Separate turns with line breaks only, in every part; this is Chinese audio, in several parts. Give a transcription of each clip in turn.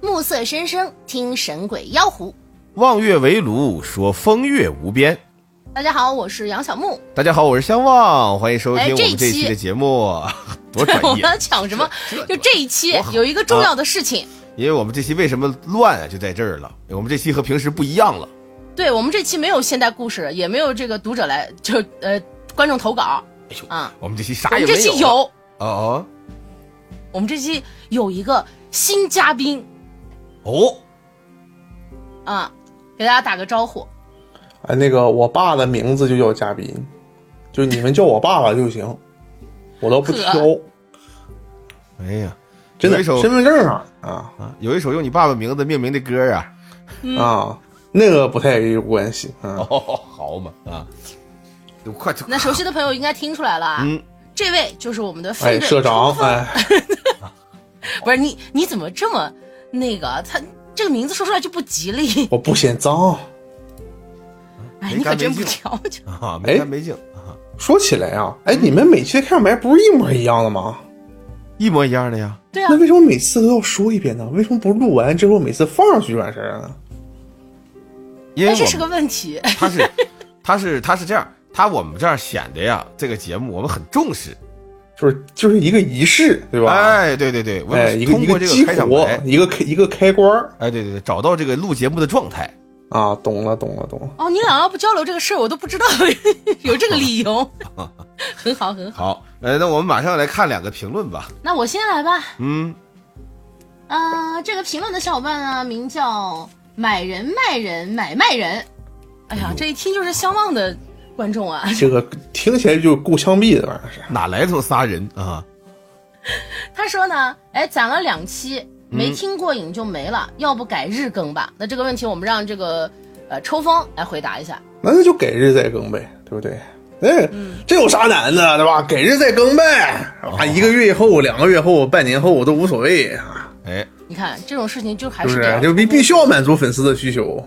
暮色深深，听神鬼妖狐。
望月为炉，说风月无边。
大家好，我是杨小木。
大家好，我是相望，欢迎收听
哎
我们
这
这
一期
期的节目。 多
我
专
们
业，
要讲什么？就这一期
多好
有一个重要的事情，
因为我们这期为什么乱啊，就在这儿了。我们这期和平时不一样了，
对我们这期没有现代故事，也没有这个读者来就呃观众投稿
哎呦
啊。
我们这期
我
啥也
们
没
这
有。
期有，
哦
我们这期有一个新嘉宾
哦，
啊，给大家打个招呼。
哎，那个我爸的名字就叫嘉宾，就你们叫我爸爸就行，我倒不挑，
哎呀，
真
有
的，
一首
身份证上啊
啊有一首用你爸爸名字命名的歌啊。
嗯
啊，那个不太有关系啊。
哦，好嘛啊，都快
那熟悉的朋友应该听出来了啊，
嗯
这位就是我们的飞
哎，
队
社长
冲，锋
哎，
不是你你怎么这么那个？他这个名字说出来就不吉利。
我不嫌脏。
哎，
没
你可
干
真
没
不
净
挑就
啊，没
哎
干没净啊，
说起来啊，哎，你们每期的开场白不是一模一样的吗？
一模一样的呀。
对啊
那，为什么每次都要说一遍呢？为什么不录完之后每次放上去就完事儿了呢？
因
但
为我
这
们
是个问题。
他是， 他是，他是这样，他我们这样显得呀，这个节目我们很重视。
就是就是一个仪式，对吧？
哎，对对对，我
哎，
们
一
通
一
过
个
这
激
个开场
活
白，，
一个开一个开关儿
哎，对对对，找到这个录节目的状态。
啊，懂了，懂了，懂了。
哦，你俩要不交流这个事儿，我都不知道 有这个理 由。很好，很好。
好，呃，那我们马上来看两个评论吧。
那我先来吧。
嗯，
啊、这个评论的小伙伴呢，名叫买人卖人买卖人。哎呀，这一听就是相望的观众啊。
这个听起来就够枪毙的玩意儿是。
哪来这么仨人啊？
他说呢，哎，攒了两期
嗯
没听过瘾就没了，要不改日更吧？那这个问题我们让这个呃抽风来回答一下。
那就给日再更呗，对不对？哎，
嗯
这有啥难的，对吧？给日再更呗，啊，一个月以后、两个月后、半年后都无所谓，啊，
哎，
你看这种事情就还
是不
啊
是得
是？就必必须要满足粉丝的需求，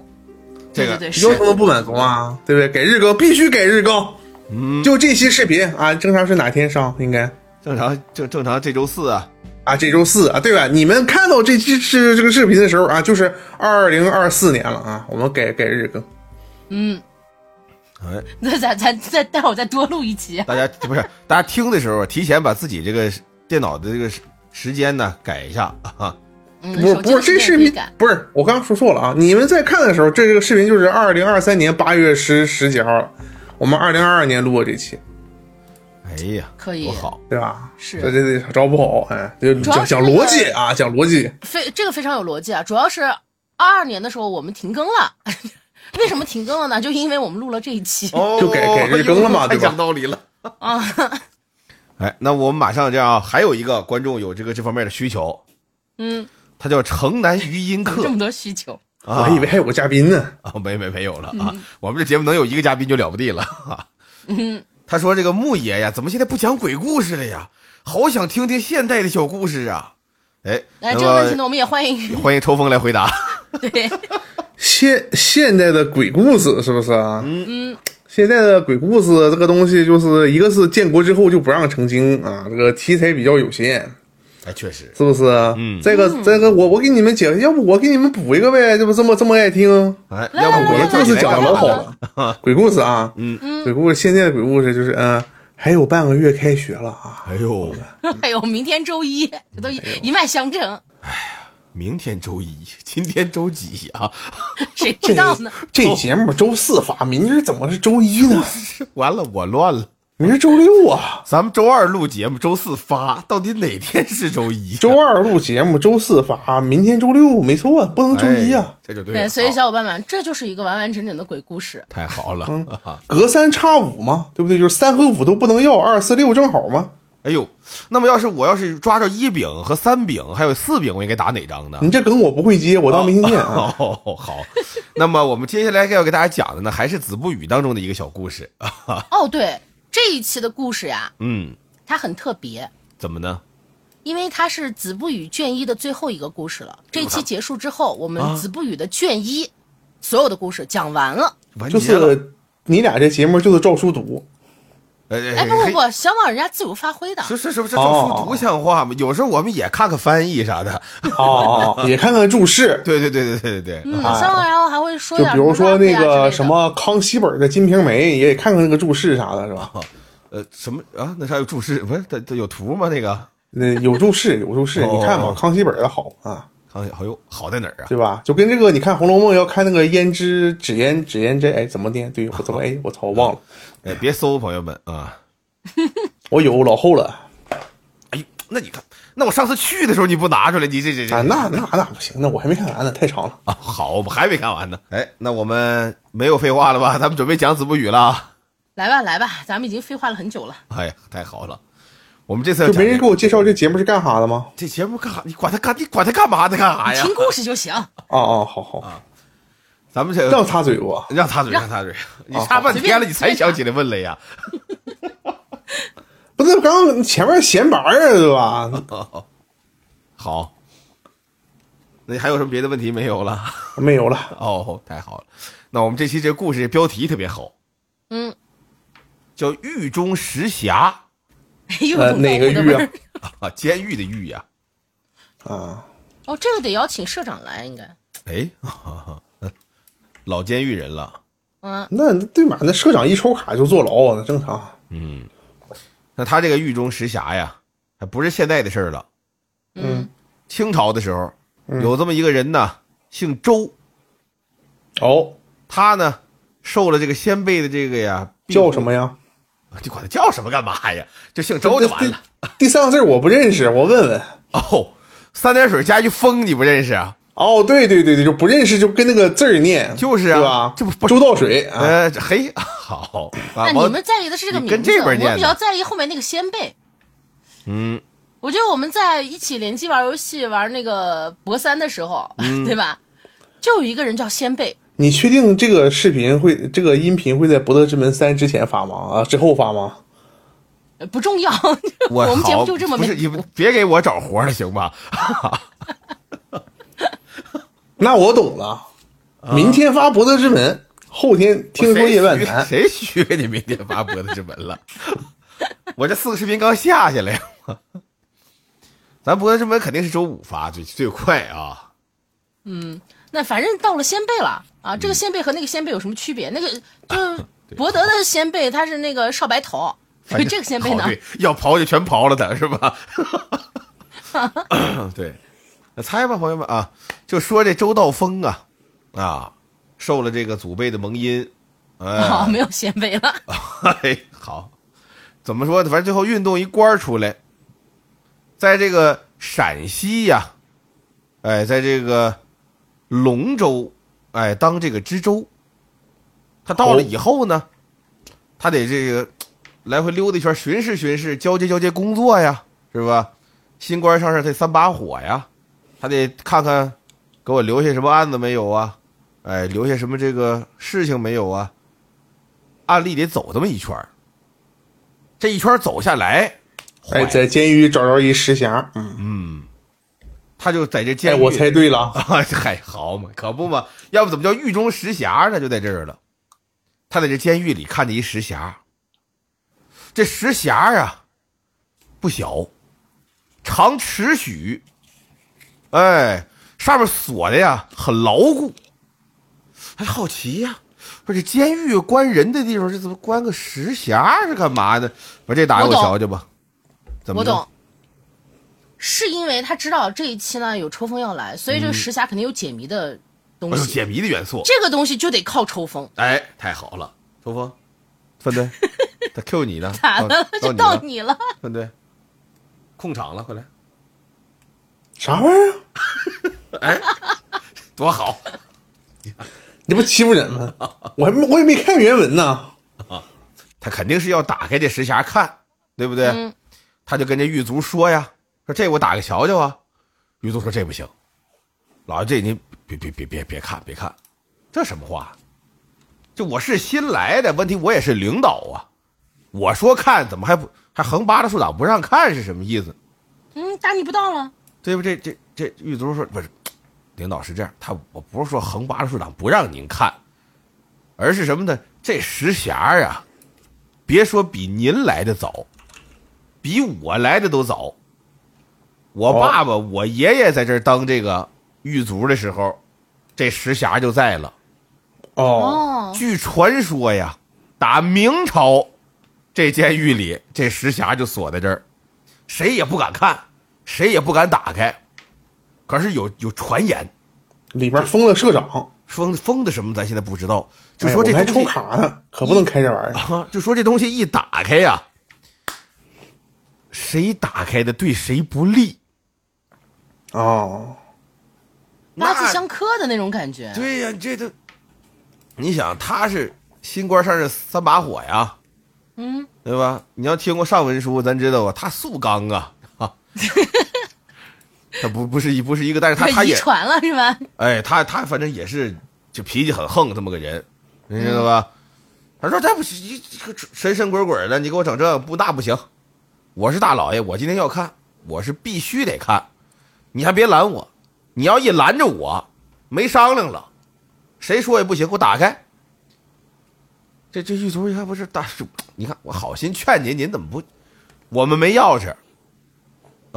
这
对
个
对对，
有
是
什么不满足啊？对不对？给日更必须给日更，嗯，就这期视频啊，正常是哪天上？应该
正常正正常这周四啊，
啊，这周四啊，对吧？你们看到这期是这个视频的时候啊，就是二零二四年了啊，我们给给日更，
嗯，
哎，
那咱咱再待会儿再多录一期。
大家不是大家听的时候啊，提前把自己这个电脑的这个时时间呢改一下啊。
嗯，
不是
手
不
机
是，
的时
这视
间也可
频
以改
不是我刚刚说错了啊！你们在看的时候，这个视频就是二零二三年八月十十几号了，我们二零二二年录过这期，
哎呀，
可以
多好，
对吧？
是
这这这招不好，哎，就
主要
讲
是
讲
那个
逻辑啊，讲逻辑。
非这个非常有逻辑啊，主要是二二年的时候我们停更了， 为什么停更了呢？就因为我们录了这一期、
哦
就给给日更 了嘛
太
对吧
讲道理了。
啊。
哎，那我们马上这样啊，还有一个观众有这个这方面的需求，
嗯，
他叫城南余音
这
客
么多需求，
啊，
我以为还有个嘉宾呢，
啊，没没没有
嗯
了啊，我们这节目能有一个嘉宾就了不地了。啊、
嗯
他说这个牧野呀，怎么现在不讲鬼故事了呀？好想听听现代的小故事啊！哎，
哎，
那
这个问题呢，
么
我们也欢迎。
欢迎抽风来回答。
对，
现现代的鬼故事是不是啊？嗯嗯，现在的鬼故事这个东西，就是一个是建国之后就不让成精啊，这个题材比较有限，
哎，确实，
是不是？嗯，这个这个我我给你们解，要不我给你们补一个呗，这不这么这么爱听。
哎，
来
要不
来
我
鬼
来
们
故事讲的老好
来
了， 鬼故事啊，嗯，鬼故事现在的鬼故事就是，嗯，还有半个月开学了啊，
哎呦，
哎呦，明天周一，这都一
哎
一脉相承，
明天周一，今天周几啊？
谁
这
知道呢？
这节目周四发，明儿怎么是周一呢？
完了，我乱了。
明儿周六啊，
咱们周二录节目，周四发，到底哪天是周一？
周二录节目，周四发，明天周六，没错啊，不能周一啊
哎，，这就对
对，
了。
所以
好
小伙伴们，这就是一个完完整整的鬼故事。
太好了。啊
隔三差五嘛，对不对？就是三和五都不能要，二四六正好嘛。
哎呦，那么要是我要是抓着一饼和三饼还有四饼，我应该打哪张呢？
你这梗我不会接，我当明天见啊。
哦，好。那么我们接下来要给大家讲的呢，还是《子不语》当中的一个小故事啊。
哦，对，这一期的故事呀，
嗯，
它很特别，
怎么呢？
因为它是《子不语》卷一的最后一个故事了。
哎
这期结束之后，我们
啊
《子不语》的卷一、所有的故事讲完了。
完
就
结了。
是你俩这节目就是照书读，
呃，
哎，不不不，小宝人家自由发挥的，
是是是不是
哦
照书读像话吗？有时候我们也看看翻译啥的。
哦 哦，也看看注释，
对对对对对对对，
嗯，小宝然后还会说
就
点
比
儿
如说那个什
什么
么康熙本的《金瓶梅》，也得看看那个注释啥的，是 吧？
呃，什么啊？那啥有注释？不是，它它有图吗？那个
那有注释，有注释，
哦
你看吧，康熙本的好啊，
康熙好哟，好在哪儿啊？
对吧？就跟这个，你看《红楼梦》要看那个胭脂脂胭脂胭脂，哎，怎么念？对，我怎 么哎，我操，我忘了，
哎，别搜，朋友们啊！
我有老厚了。啊
哎呦，那你看，那我上次去的时候你不拿出来，你这这这
啊，那那那不行，那我还没看完呢，太长了。
啊，好，我们还没看完呢。哎，那我们没有废话了吧？咱 们准备讲子不语了啊。
来吧来吧，咱们已经废话了很久了。
哎呀，太好了，我们这次要
就没
讲
人
这
给我介绍这节目是干啥的吗？
这节目干啥？你管他干，你管他干嘛呢？干啥哎呀
听？故事就 行，
啊啊，好好，
咱们这
让擦嘴我。
让插嘴，让插嘴，你插半天了，你才想起来问来呀？
不是，刚刚前面闲玩儿啊，对吧？
好，那还有什么别的问题没有了？
没有了，
哦，太好了。那我们这期这故事标题特别好，
嗯，
叫《狱中石匣
哎呦，
呃，
有
哪个
动物的味
狱啊
儿？》
啊， 监狱的狱呀、
啊，
哦，这个得邀请社长来，应该，
哎， 老监狱人了。
嗯，
那对嘛？那社长一抽卡就坐牢，那正常。
那他这个狱中石匣呀，还不是现在的事儿了。
嗯，
清朝的时候，有这么一个人呢，姓周，
哦，
他呢受了这个先辈的这个呀，
叫什么呀？
么？你管他叫什么干嘛呀？就姓 周就完了。
第。第三个字我不认识，我问问。
哦，三点水加一风，你不认识啊？
哦，对对对对，就不认识，就跟那个字儿念，
就是啊
对吧？
这不不
周道水啊，
呃，嘿，好啊，
那
王
你们在意的是这个
你
名
跟
字，
这边念
我
的
比较在意后面那个先辈。
嗯，
我觉得我们在一起联机玩游戏玩那个博三的时候，
嗯
对吧？就有一个人叫先辈，
你确定这个视频会，这个音频会在《博德之门三》之前发吗？啊，之后发吗？
呃不重要。
我
们节
好
目就这么
不是
没
你们别给我找活了，行吧？
那我懂了，
啊
明天发《博德之门》，后天听说夜漫谈。
谁许给你明天发播的之门了？ 我这四个视频刚下下来，咱播的之门肯定是周五发最最快啊！
那反正到了先辈了啊，
嗯
这个先辈和那个先辈有什么区别？那 个就是博德的先辈，他是那个少白头，
反正
这个先辈呢
哎好？对，要刨就全刨了他，是吧？对，那猜吧，朋友们啊，就说这周道峰啊啊，受了这个祖辈的蒙阴，哎，
哦，没有先辈了。
哎，好，怎么说呢？反正最后运动一官儿出来，在这个陕西呀，哎，在这个龙州，哎，当这个知州。他到了以后呢，他得这个来回溜达一圈，巡视巡视，交接交接工作呀，是吧？新官上任得三把火呀，他得看看给我留下什么案子没有啊？哎，留下什么这个事情没有啊？按例得走这么一圈儿这一圈儿走下来，
哎，
坏
在监狱找着一石匣，嗯，
他就在这
哎，
监狱。
我猜 对了，
啊，嗨，好嘛，可不嘛，要不怎么叫狱中石匣呢？就在这儿了。他在这监狱里看见一石匣，这石匣啊不小，长尺许，哎，上面锁的呀很牢固。哎，好奇呀、不是这监狱关人的地方，这怎么关个石匣是干嘛的？把这打开
我
我
懂
瞧瞧吧。怎么
我
着
懂，是因为他知道这一期呢有抽风要来，所以这个石匣肯定有解谜的东
嗯哎呦，
西。
解谜的元素。
这个东西就得靠抽 风，
哎，太好了，抽风，分队，他 Q 你呢，
咋的了？就
哦到
到
你了，
你了，
分队，控场了，快来，
啥玩意儿啊？
多好！
你不欺负人 吗？我还没我也没看原文呢。
他肯定是要打开这石匣看，对不对？
嗯
他就跟这狱卒说呀，说这我打开瞧瞧啊。狱卒说这不行，老爷这您别别别别别看别看，这什么话？这我是新来的，问题我也是领导啊，我说看怎么还不还横扒拉竖挡不让看是什么意思？
嗯，打你不到了，
对不？这这这狱卒说不是，领导是这样，他我不是说横扒拉竖挡不让您看，而是什么呢？这石匣啊，别说比您来的早，比我来的都早。我爸爸、我爷爷在这儿当这个狱卒的时候，这石匣就在了。
哦，
哦，
据传说呀，打明朝这监狱里这石匣就锁在这儿，谁也不敢看，谁也不敢打开。可是有有传言，
里边封了社长，
封封的什么咱现在不知道，就
哎
说这
我还
东
抽
西、
卡呢，可不能开这玩意儿。
啊， 就说这东西一打开呀，谁打开的对谁不利。
哦，
八字
那
相克的那种感觉。
对呀、这都，你想他是新官上任三把火呀，
嗯，
对吧？你要听过上文书，咱知道啊，他素刚啊， 啊他不不是一不是一个，但是他他
遗
也
传了是吧？
哎，他他反正也是就脾气很横这么个人，你知道吧？他说这不是一这个神神鬼鬼的，你给我整这不那不行，我是大老爷，我今天要看，我是必须得看，你还别拦我，你要一拦着我，没商量了，谁说也不行，给我打开。这这狱卒一看不是大叔，你看我好心劝您，您怎么不？我们没钥匙。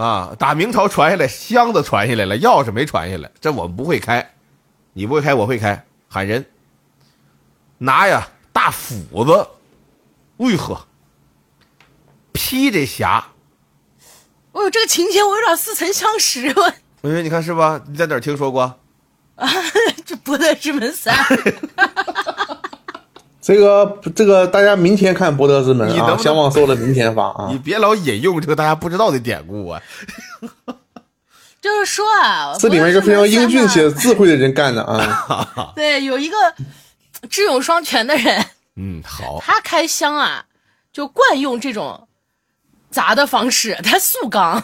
啊，打明朝传下来，箱子传下来了，钥匙没传下来，这我们不会开，你不会开，我会开，喊人，拿呀大斧子，哎呵，劈这匣，
我哎有这个情节，我有点似曾相识， 我
我哎说你看是吧？你在哪儿听说过？
这《博德之门三》
这个这个，大家明天看《博德之门
你》能不
啊，
能
相望收了，明天发啊
你。别老引用这个大家不知道的典故啊！
就是说啊，
这里面一个非常英俊且
博德之门
智慧的人干的 啊，
三嘛对，有一个智勇双全的人，
嗯，好，
他开箱啊，就惯用这种砸的方式，他速刚，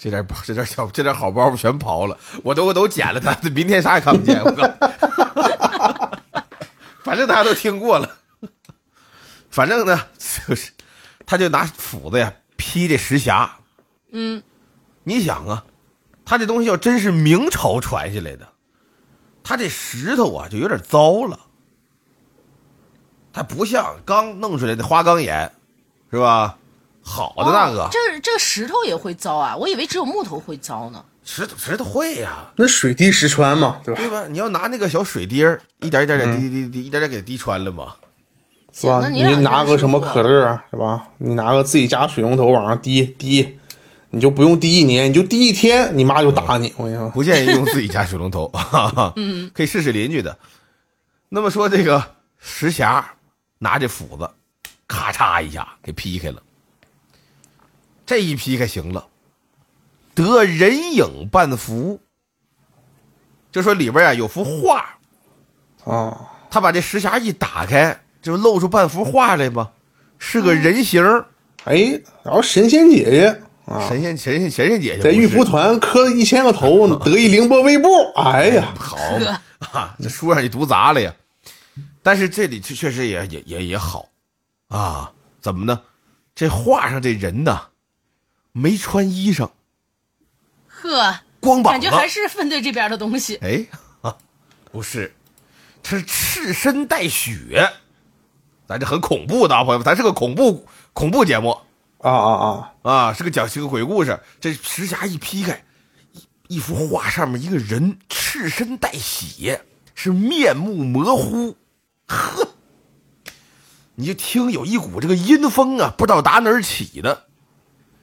这点这点小这点好包袱全刨了，我都我都剪了它，明天啥也看不见。我告，反正大家都听过了，反正呢就是，他就拿斧子呀劈这石匣。
嗯，
你想啊，他这东西要真是明朝传下来的，他这石头啊就有点糟了，它不像刚弄出来的花岗岩，是吧？好的那个、
哦这这石头也会糟啊，我以为只有木头会糟呢。
石头石头会呀、
那水滴石穿嘛，对吧？
对吧？你要拿那个小水滴儿，一点一点点滴滴滴，一点点给滴穿了嘛。
是吧？
那你
你
俩真
拿个
是
什么
不错
可乐啊，是吧？你拿个自己家水龙头往上滴滴，你就不用滴一年，你就滴一天，你妈就打你。我跟你说，
不建议用自己家水龙头，哈哈，可以试试邻居的。那么说这个石匣拿这斧子，咔嚓一下给劈开了。这一劈开行了，得人影半幅。就说里边呀、有幅画，
啊，
他把这石匣一打开，就露出半幅画来吧，是个人形儿，
哎，然后神仙姐姐啊，
神仙神仙神仙姐姐
在
不
玉
是
蒲团磕一千个 头，得一凌波微步。哎呀，
好嘛啊，这书上也读砸了呀。但是这里确确实也也也也好啊，怎么呢？这画上这人呢，没穿衣裳，
呵，
光膀
感
子
觉，还是分队这边的东西。
哎啊，不是，他是赤身带血，咱这很恐怖的啊，朋友们，咱是个恐怖恐怖节目
啊啊啊！
啊，是个讲是个鬼故事。这石匣一劈开，一一幅画上面一个人赤身带血，是面目模糊。你就听有一股这个阴风啊，不知道打哪儿起的，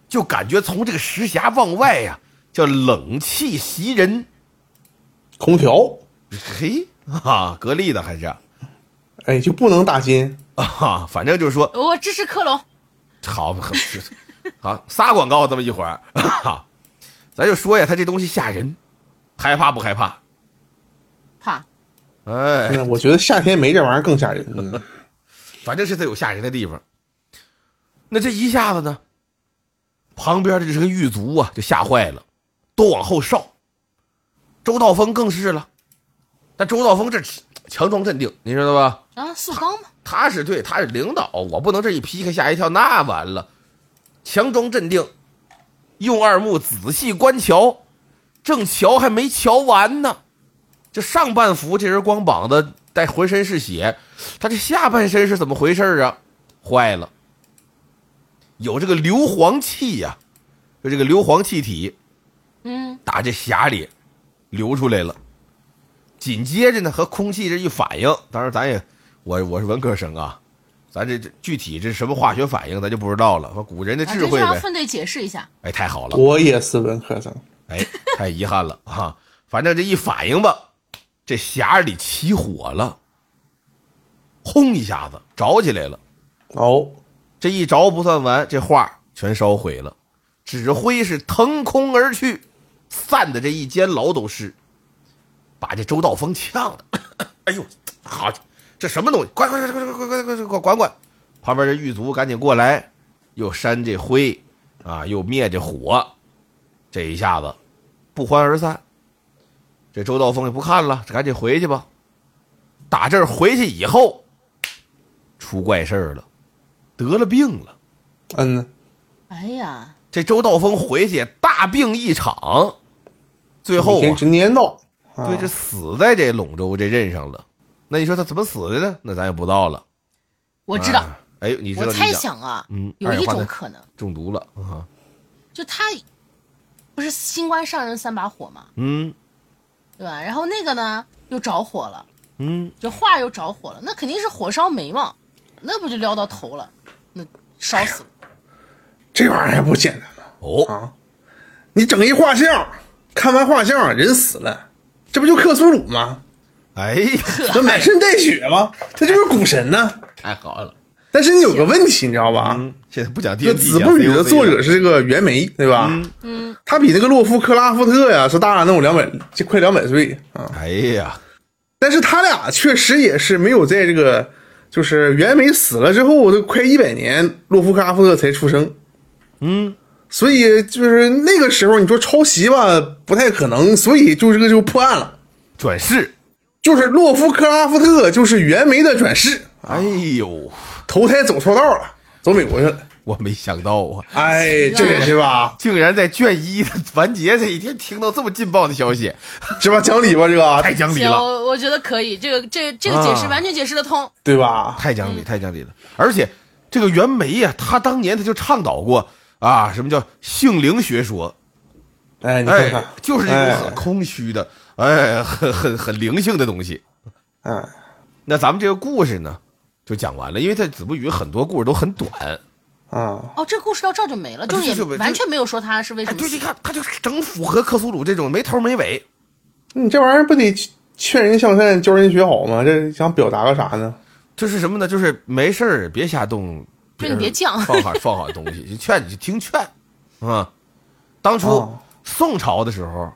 就感觉从这个石匣往外呀、叫冷气袭人。
空调，
嘿，啊，格力的还是啊
哎，就不能打金。
啊，反正就是说
我支持克隆，
好，好是好撒广告这么一会儿， 啊咱就说呀，他这东西吓人，害怕不害怕？
怕
哎，
嗯，我觉得夏天没这玩意儿更吓人。嗯
反正是他有吓人的地方。那这一下子呢，旁边的这个狱卒啊就吓坏了，都往后哨。周道峰更是了，但周道峰这强装镇定，你知道吧？
啊，速刚嘛，
他是对，他是领导，我不能这一劈开吓一跳，那完了。强装镇定，用二目仔细观瞧，正瞧还没瞧完呢，这上半幅这人光膀子，带浑身是血，他这下半身是怎么回事啊？坏了，有这个硫磺气呀、就这个硫磺气体
嗯
打这匣里流出来了。紧接着呢，和空气这一反应，当然咱也我我是文科生啊，咱这这具体这什么化学反应咱就不知道了。说古人的
啊，
智
这就
慧
让
呗，
分队解释一下。
哎，太好了。
我也是文科生，
哎，太遗憾了啊！反正这一反应吧，这匣里起火了，轰一下子着起来了。
哦，
这一着不算完，这画全烧毁了，纸灰是腾空而去，散的这一间老都是，把这周道风呛的，哎呦，好，这什么东西？快快快快快快快快快管管！旁边这狱卒赶紧过来，又扇这灰啊，又灭这火，这一下子不欢而散。这周道风也不看了，赶紧回去吧。打这儿回去以后，出怪事儿了。得了病了。
嗯呢，
哎呀，
这周道峰回去大病一场，最后
每天
啊，
执念道，啊
对，这死在这陇州这任上了。那你说他怎么死的呢？那咱也不知道了。
我知道，
啊哎，你知道？
我猜
你讲
想啊，
嗯
有
二氧
一
化
种
碳
可能，
中毒了啊。
就他不是新官上任三把火嘛，
嗯
对吧？然后那个呢又着火了，
嗯，
就画又着火了，那肯定是火烧眉毛，那不就撩到头了，那
哎
烧死了。
这玩意儿还不简单吗？
哦，
啊，你整一画像，看完画像人死了，这不就克苏鲁吗？
哎呀，
这满身带血吗？
哎
这就是股神呢。
太好了。
但是你有个问题，你知道吧？
嗯， 现在不讲
这
电
《
梯啊
子不语》的作者是这个袁枚，对吧？嗯，他比那个洛夫克拉夫特呀是大那有两百，就快两百岁啊。
哎呀，
但是他俩确实也是没有在这个，就是袁枚死了之后，都快一百年，洛夫克拉夫特才出生。
嗯，
所以就是那个时候，你说抄袭吧，不太可能，所以就这个就破案了，
转世。
就是洛夫克拉夫特就是袁枚的转世，
哎呦，
投胎走错道了，走美国去了。
我没想到啊，
哎，这也是吧，
竟然在卷一的完结这一天听到这么劲爆的消息，
是吧？讲理吧，这
太
个
讲理
行，
了。
我我觉得可以，这个这个这个解释
啊
完全解释得通。
对吧？
太讲理，太讲理了。而且这个袁枚呀、他当年他就倡导过啊，什么叫性灵学说？
哎，你看
哎
看，，
就是这种很
哎
空虚的，哎，很很很灵性的东西。
哎，
那咱们这个故事呢，就讲完了，因为在子不语很多故事都很短。
啊，
哦，这个故事到这儿就没了，就是
啊就
也
就没
完全没有说他是为
哎，
什么
对，
死
你。看，他就整符合克苏鲁这种没头没尾。
你这玩意儿不得劝人向善，教人学好吗？这想表达个啥呢？
这是什么呢？就是没事儿别瞎动，
对你别犟
放好放好东西，就劝你就听劝，啊，当初
哦
宋朝的时候，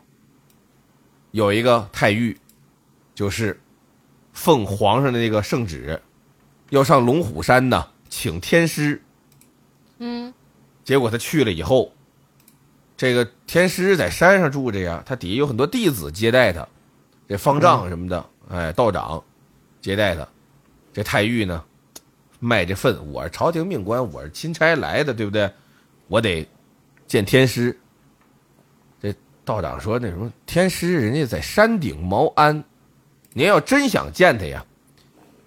有一个太尉，就是奉皇上的那个圣旨，要上龙虎山呢请天师，
嗯，
结果他去了以后，这个天师在山上住着呀，他底下有很多弟子接待他，这方丈什么的，哎，道长接待他。这太尉呢，卖这份，我是朝廷命官，我是钦差来的，对不对？我得见天师。这道长说：“那什么，天师人家在山顶茅庵，您要真想见他呀，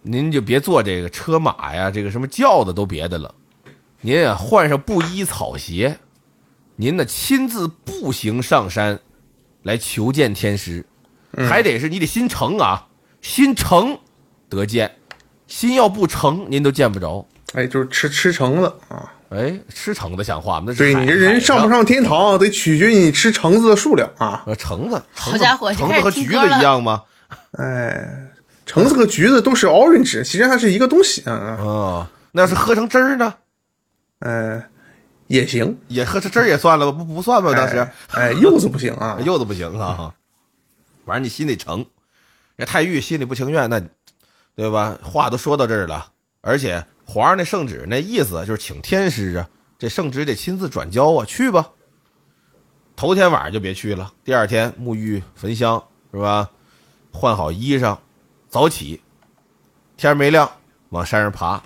您就别坐这个车马呀，这个什么轿子都别的了。”您啊换上布衣草鞋，您呢亲自步行上山，来求见天师，
嗯
还得是你得心诚啊，心诚得见，心要不诚，您都见不着。
哎，就是吃吃橙子啊！
哎，吃橙子像话吗？那是
对
海
你这人上
海
不？上天堂，得取决于你吃橙子的数量啊！
呃，橙子，橙
好
子
家伙
橙
这
子
开
和
始
橘
听
子
歌了
一样吗？
哎，橙子和橘子都是 orange，其实它是一个东西啊。
啊，那要是喝成汁儿呢？
哎，也行，
也喝成汁儿也算了吧？不不算吧？当时，，
哎哎，柚子不行啊
柚子不行啊，反正你心里诚。人太尉心里不情愿，那对吧？话都说到这儿了，而且皇上那圣旨那意思就是请天师啊，这圣旨得亲自转交啊，去吧。头天晚上就别去了，第二天沐浴焚香是吧？换好衣裳，早起，天没亮往山上爬。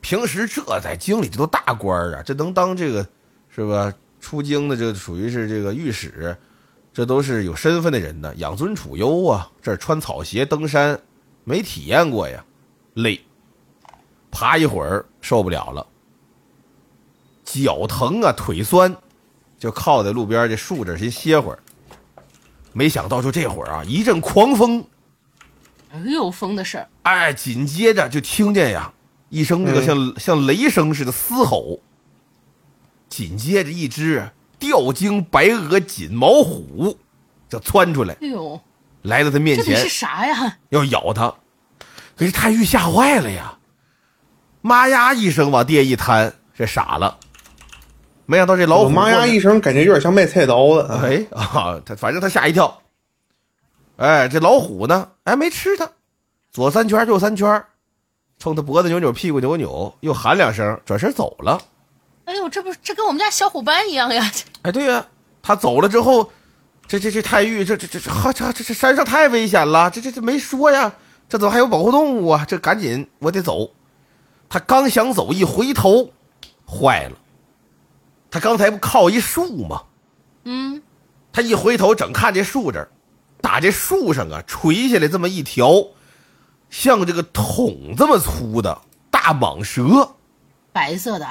平时这在京里这都大官儿啊，这能当这个是吧？出京的这属于是这个御史，这都是有身份的人呢，养尊处优啊。这儿穿草鞋登山，没体验过呀，累。爬一会儿受不了了，脚疼啊，腿酸，就靠在路边这树这先歇会儿。没想到就这会儿啊，一阵狂风，
哎呦，风的事儿，
哎，紧接着就听见呀一声这
嗯
个像、像雷声似的嘶吼，紧接着一只吊睛白额锦毛虎就窜出来，
哎呦，
来到他面
这得
前
是，啥呀？
要咬他。可是太玉吓坏了呀，妈呀一声往地下一瘫，这傻了。没想到这老
我
虎
妈呀
过去
一声，感觉有点像卖菜刀的。啊，
哎啊，他反正他吓一跳。哎，这老虎呢？哎，没吃它，左三圈，右三圈，冲他脖子扭扭，屁股扭扭，又喊两声，转身走了。
哎呦，这不是这跟我们家小虎斑一样呀？
哎，对呀、他走了之后，这这这太玉，这这这这哈这这这山上太危险了，这这这没说呀，这怎么还有保护动物啊？这赶紧，我得走。他刚想走，一回头，坏了，他刚才不靠一树吗？
嗯，
他一回头，整看这树这儿，打这树上啊垂下来这么一条，像这个桶这么粗的大蟒蛇，
白色的，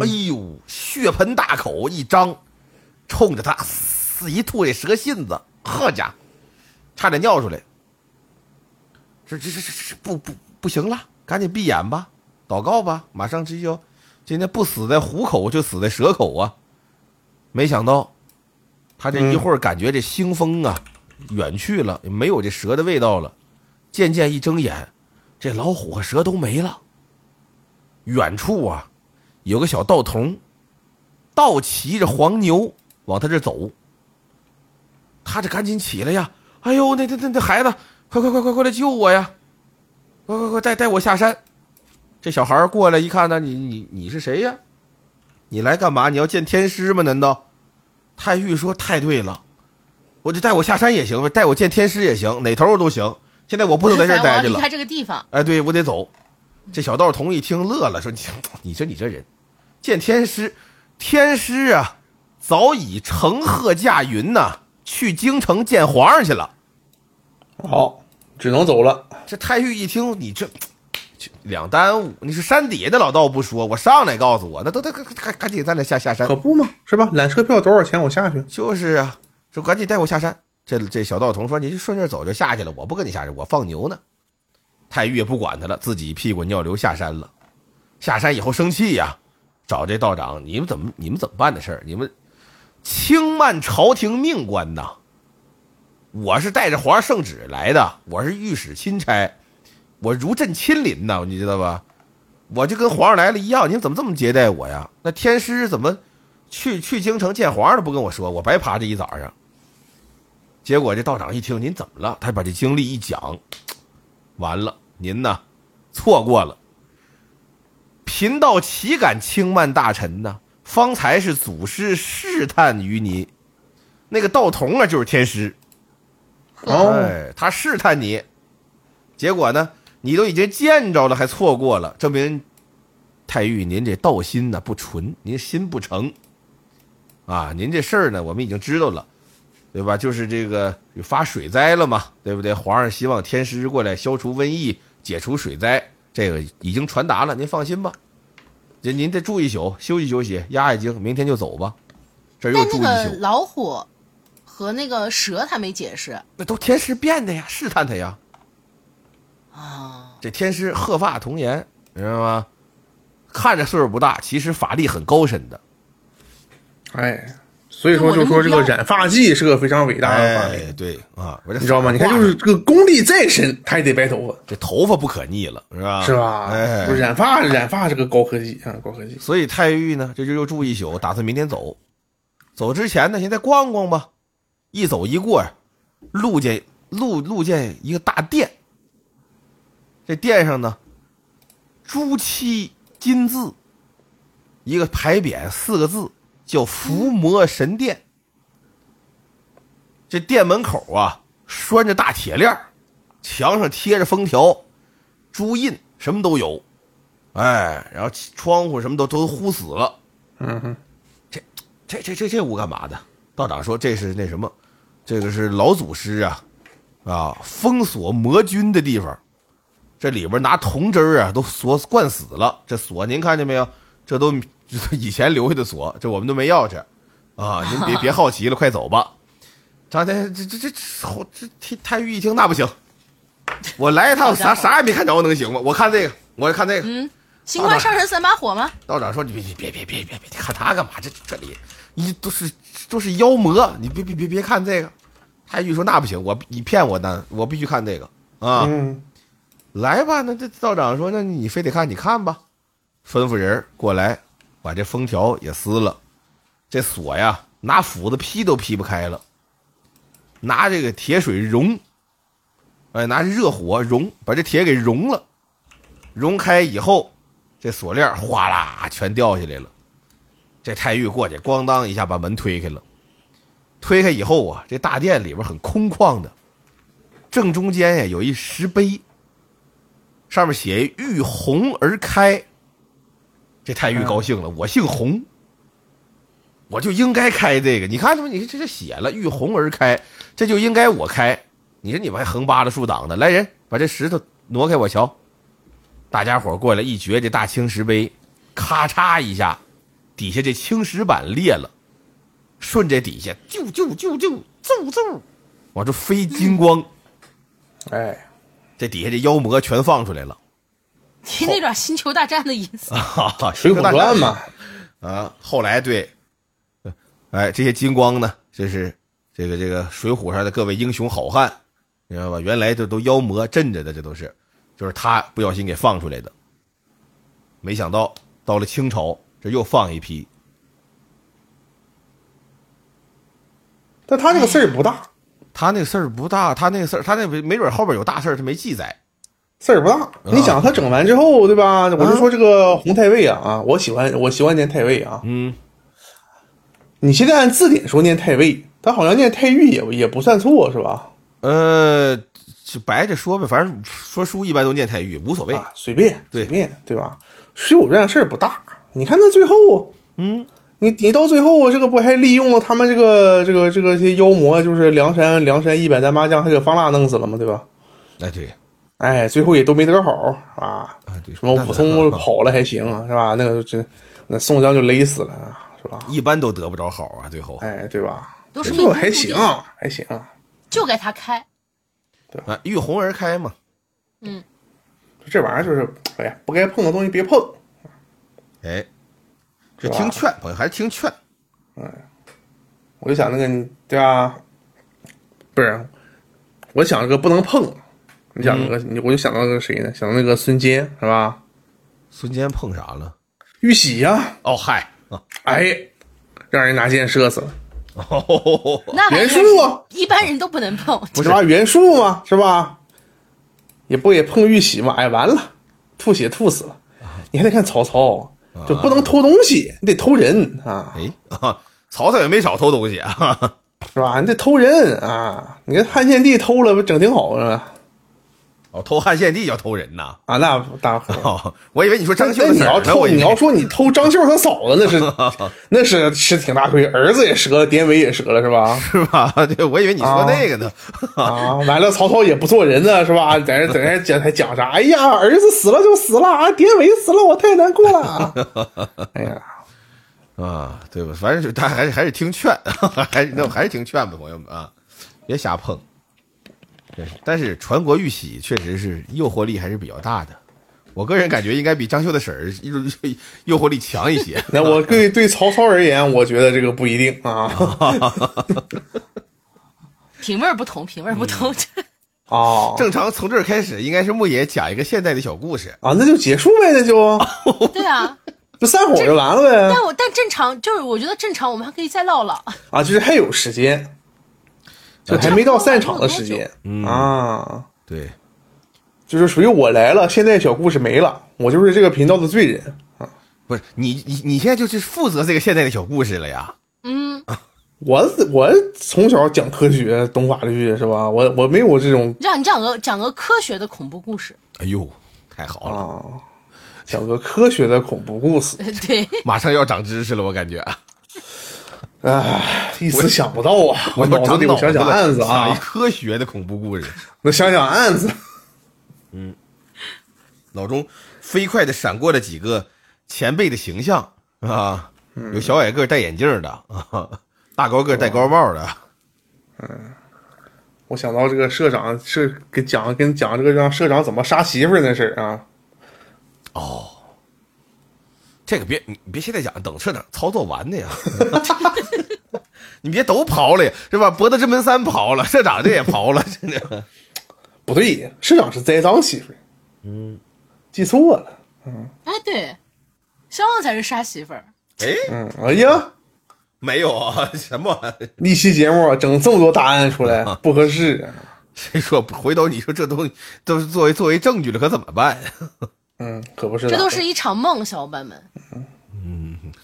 哎呦，血盆大口一张，冲着他死一吐这蛇信子，呵家伙，差点尿出来。这这这这这不不不行了，赶紧闭眼吧，祷告吧，马上这就今天不死在虎口就死在蛇口啊！没想到，他这一会儿感觉这腥风啊、远去了，也没有这蛇的味道了。渐渐一睁眼，这老虎和蛇都没了。远处啊，有个小道童，倒骑着黄牛往他这走。他这赶紧起来呀！哎呦，那那那那孩子，快快快快快来救我呀！快快快带带我下山！这小孩儿过来一看呢，你你你是谁呀？你来干嘛？你要见天师吗？难道？太玉说：“太对了，我就带我下山也行，带我见天师也行，哪头儿都行。现在我不能在这儿
我要
待着
离
了。
开这个地方，
哎，对我得走。这小道童一听乐了，说：“你 你这你这人，见天师，天师啊，早已乘鹤驾云呐、去京城见皇上去了。
好，只能走了。”
这太玉一听，你这这两耽误，你是山底下的老道不说，我上来告诉我，那都得赶赶赶紧咱俩下下山
可。不嘛，是吧？缆车票多少钱？我下去。
就是啊，说赶紧带我下山。这这小道童说：“你就顺着走就下去了，我不跟你下去，我放牛呢。”太玉也不管他了，自己屁滚尿流下山了。下山以后生气呀、找这道长，你们怎么你们怎么办的事儿？你们轻慢朝廷命官呐！我是带着皇上圣旨来的，我是御史钦差，我如朕亲临呐，你知道吧？我就跟皇上来了一样，你们怎么这么接待我呀？那天师怎么？去去京城见皇上都不跟我说，我白爬这一早上。结果这道长一听您怎么了，他把这经历一讲，完了，您呐错过了。贫道岂敢轻慢大臣呢？方才是祖师试探于您，那个道童啊就是天师，
哦，
哎，他试探你，结果呢，你都已经见着了，还错过了，证明太玉您这道心呢、不纯，您心不诚啊，您这事儿呢，我们已经知道了，对吧？就是这个发水灾了嘛，对不对？皇上希望天师过来消除瘟疫，解除水灾，这个已经传达了，您放心吧。您您再住一宿，休息休息，压压惊，明天就走吧。这儿又
但
住
那
一
个
宿，
老虎和那个蛇他没解释
那都天师变的呀，试探他呀。
啊，
这天师鹤发童颜，你知道吗？看着岁数不大，其实法力很高深的。
哎，所以说就说这个染发剂是个非常伟大的发明，
哎，对啊，我这
你知道吗？你看，就是这个功力再深，他也得白头
这头发不可逆了，是吧？
发，是吧？
哎
就，染发，染发是个高科技啊，高科技。
所以太玉呢，这就又住一宿，打算明天走。走之前呢，先再逛逛吧。一走一过，路见路路见一个大殿，这殿上呢，朱漆金字，一个牌匾，四个字叫“伏魔神殿”。这店门口啊，拴着大铁链儿墙上贴着封条，朱印什么都有。哎，然后起窗户什么都都呼死了。
嗯哼，
这这这这屋干嘛的？道长说这是那什么，这个是老祖师啊，啊封锁魔君的地方，这里边拿铜针儿啊都锁灌死了。这锁您看见没有？这都这都以前留下的锁，这我们都没钥匙啊！您别别好奇了，快走吧。张天这这这这这这太玉一听那不行，我来一趟啥啥也没看着能行吗？我看这个，我看这个。
嗯，新官上任三把火 吗？
道长说：“你别别别别别别看他干嘛？这这里你都是都是妖魔，你别别别别看这个。”太玉说：“那不行，我你骗我呢，我必须看这个啊！
嗯，
来吧，那这道长说：那你非得看，你看吧。吩咐人过来，把这封条也撕了，这锁呀拿斧子劈都劈不开了，拿这个铁水溶，哎，拿热火溶，把这铁给溶了，溶开以后。”这锁链哗啦全掉下来了，这太玉过去，咣当一下把门推开了。推开以后啊，这大殿里边很空旷的，正中间呀有一石碑，上面写“欲红而开”。这太玉高兴了，我姓红，我就应该开这个。你看这不，你这这写了“欲红而开”，这就应该我开。你说你们还横扒拉竖挡的，来人把这石头挪开，我瞧。大家伙过来一掘这大青石碑，咔嚓一下，底下这青石板裂了，顺着底下啾啾啾啾啾啾，往出飞
嗯
金光，
哎，
这底下这妖魔全放出来了。
你那点星球大战的意思。
啊，
水浒传嘛，
啊，后来对，哎，这些金光呢，这是这个这个水浒上的各位英雄好汉，你知道吧？原来这都妖魔镇着的，这都是，就是他不小心给放出来的。没想到到了清朝，这又放一批，
但他这个事儿不大，
他那事儿不大，他那事儿他那没准后边有大事儿，他没记载。
事儿不大。你想他整完之后，对吧？我就说这个红太尉啊，啊，我喜欢我喜欢念太尉啊。
嗯，
你现在按字典说念太尉，他好像念太尉也也不算错是吧？
呃，就白着说呗，反正说书一般都念太玉，无所谓。
啊，随便，
对
随便，对吧？水浒这样事儿不大，你看那最后，啊
嗯，
你你到最后啊这个不还利用了他们这个这个这个这些妖魔，就是梁山梁山一百单八将还给方腊弄死了嘛，对吧？
哎，对，
哎，最后也都没得好啊。
啊对，
什么武松
跑。
跑了还行啊，是吧？那个真那宋江就勒死了啊，是吧？
一般都得不着好啊，最后。
哎，对吧？
都是
这
命中
还
注
行
定，
还行。啊
就该他开。
啊，遇红而开嘛。
这玩意儿就是，哎呀，不该碰的东西别碰。
哎，这
是吧
听劝，朋友还是听劝。
我就想那个，对吧？不是，我想这个不能碰。你想那个，你我就想到那个谁呢？想到那个孙坚是吧？
孙坚碰啥了？
玉玺呀、
哦嗨啊，
哎，让人拿箭射 死了。
哦，
那玩意儿
袁术啊，
一般人都不能碰。
不是吧？袁术嘛，是吧？也不也碰玉玺嘛，哎，完了，吐血吐死了。你还得看曹操，就不能偷东西，你得偷人啊，
哎啊，曹操也没少偷东西啊。
是吧？你得偷人啊！你看汉献帝偷了，不整挺好啊？
哦，偷汉献帝叫偷人呐。
啊，那不大可能。
哦，我以为你说张绣
那
的
哎你
事
要
儿呢，
偷，
我以
你
为
要说你偷张绣他嫂子，那是那是吃挺大亏，儿子也折了，典韦也折了，是 吧？
是吧？对，我以为你说那个呢。
啊，完了，曹操也不做人呢，是吧？在这在这讲还讲啥？哎呀，儿子死了就死了啊，典韦死了，我太难过 了。哎呀，
啊，对吧？反正就大家还是还是听劝， 还是那我还是听劝吧，朋友们啊，别瞎碰。真是但是传国玉玺确实是诱惑力还是比较大的，我个人感觉应该比张绣的婶儿诱 诱惑力强一些。
那我对对曹操而言，我觉得这个不一定 啊
品味儿不同，品味儿
嗯
不同。
啊
正常从这儿开始应该是牧野讲一个现代的小故事，
啊，那就结束呗，那就
对啊，
就散伙就完了呗
但我但正常就是，我觉得正常，我们还可以再唠唠。
啊，就是还有时间，
啊
就还没到散场的时间
嗯
啊，
对，
就是属于我来了，现在小故事没了，我就是这个频道的罪人。
不是你你你现在就是负责这个现代的小故事了呀？
嗯，
我我从小讲科学、懂法律是吧？我我没有这种
让你讲个讲个科学的恐怖故事。
哎呦，太好了，
啊，讲个科学的恐怖故事，
对，
马上要长知识了，我感觉。
唉，一时想不到啊！我脑子
长
里我想想
了
案子
想一
啊，
科学的恐怖故事。
我想想案子。
脑中飞快的闪过了几个前辈的形象啊，有小矮个戴眼镜的 啊，大高个戴高帽的，
我想到这个社长是给讲跟讲这个让社长怎么杀媳妇儿那事儿啊，
这个别你别现在讲，等社长操作完的 呀。你别都刨了呀，是吧？博德之门三刨了，社长这也刨了，真的。
不对，社长是栽赃媳妇儿，嗯，记错了，
哎，对，肖旺才是杀媳妇儿。
哎，
嗯，哎呀，
没有啊，什么玩意儿？
一期节目整这么多答案出 来不合适啊，
谁说回头你说这东西都是作为作为证据了，可怎么办？
嗯，可不是咋
这
的，
都是一场梦，小伙伴们。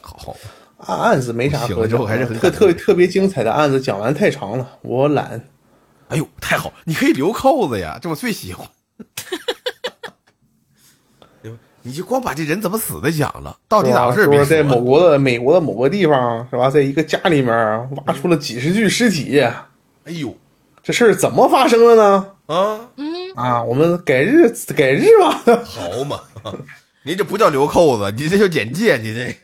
好，
案啊案子没啥
醒了
可
之后
讲
还是
的
很
特
感
特
动
特别精彩的案子讲完太长了，我懒，
哎呦，太好，你可以留扣子呀，这我最 喜欢。你就光把这人怎么死的讲了，到底咋回事？
说
别
是在
说
某国的美国的某个地方是吧，在一个家里面
嗯
挖出了几十具尸体，
哎呦
这事儿怎么发生的呢？
啊，
啊，我们改日改日吧。
好嘛，您这不叫留扣子，你这叫简介，你这。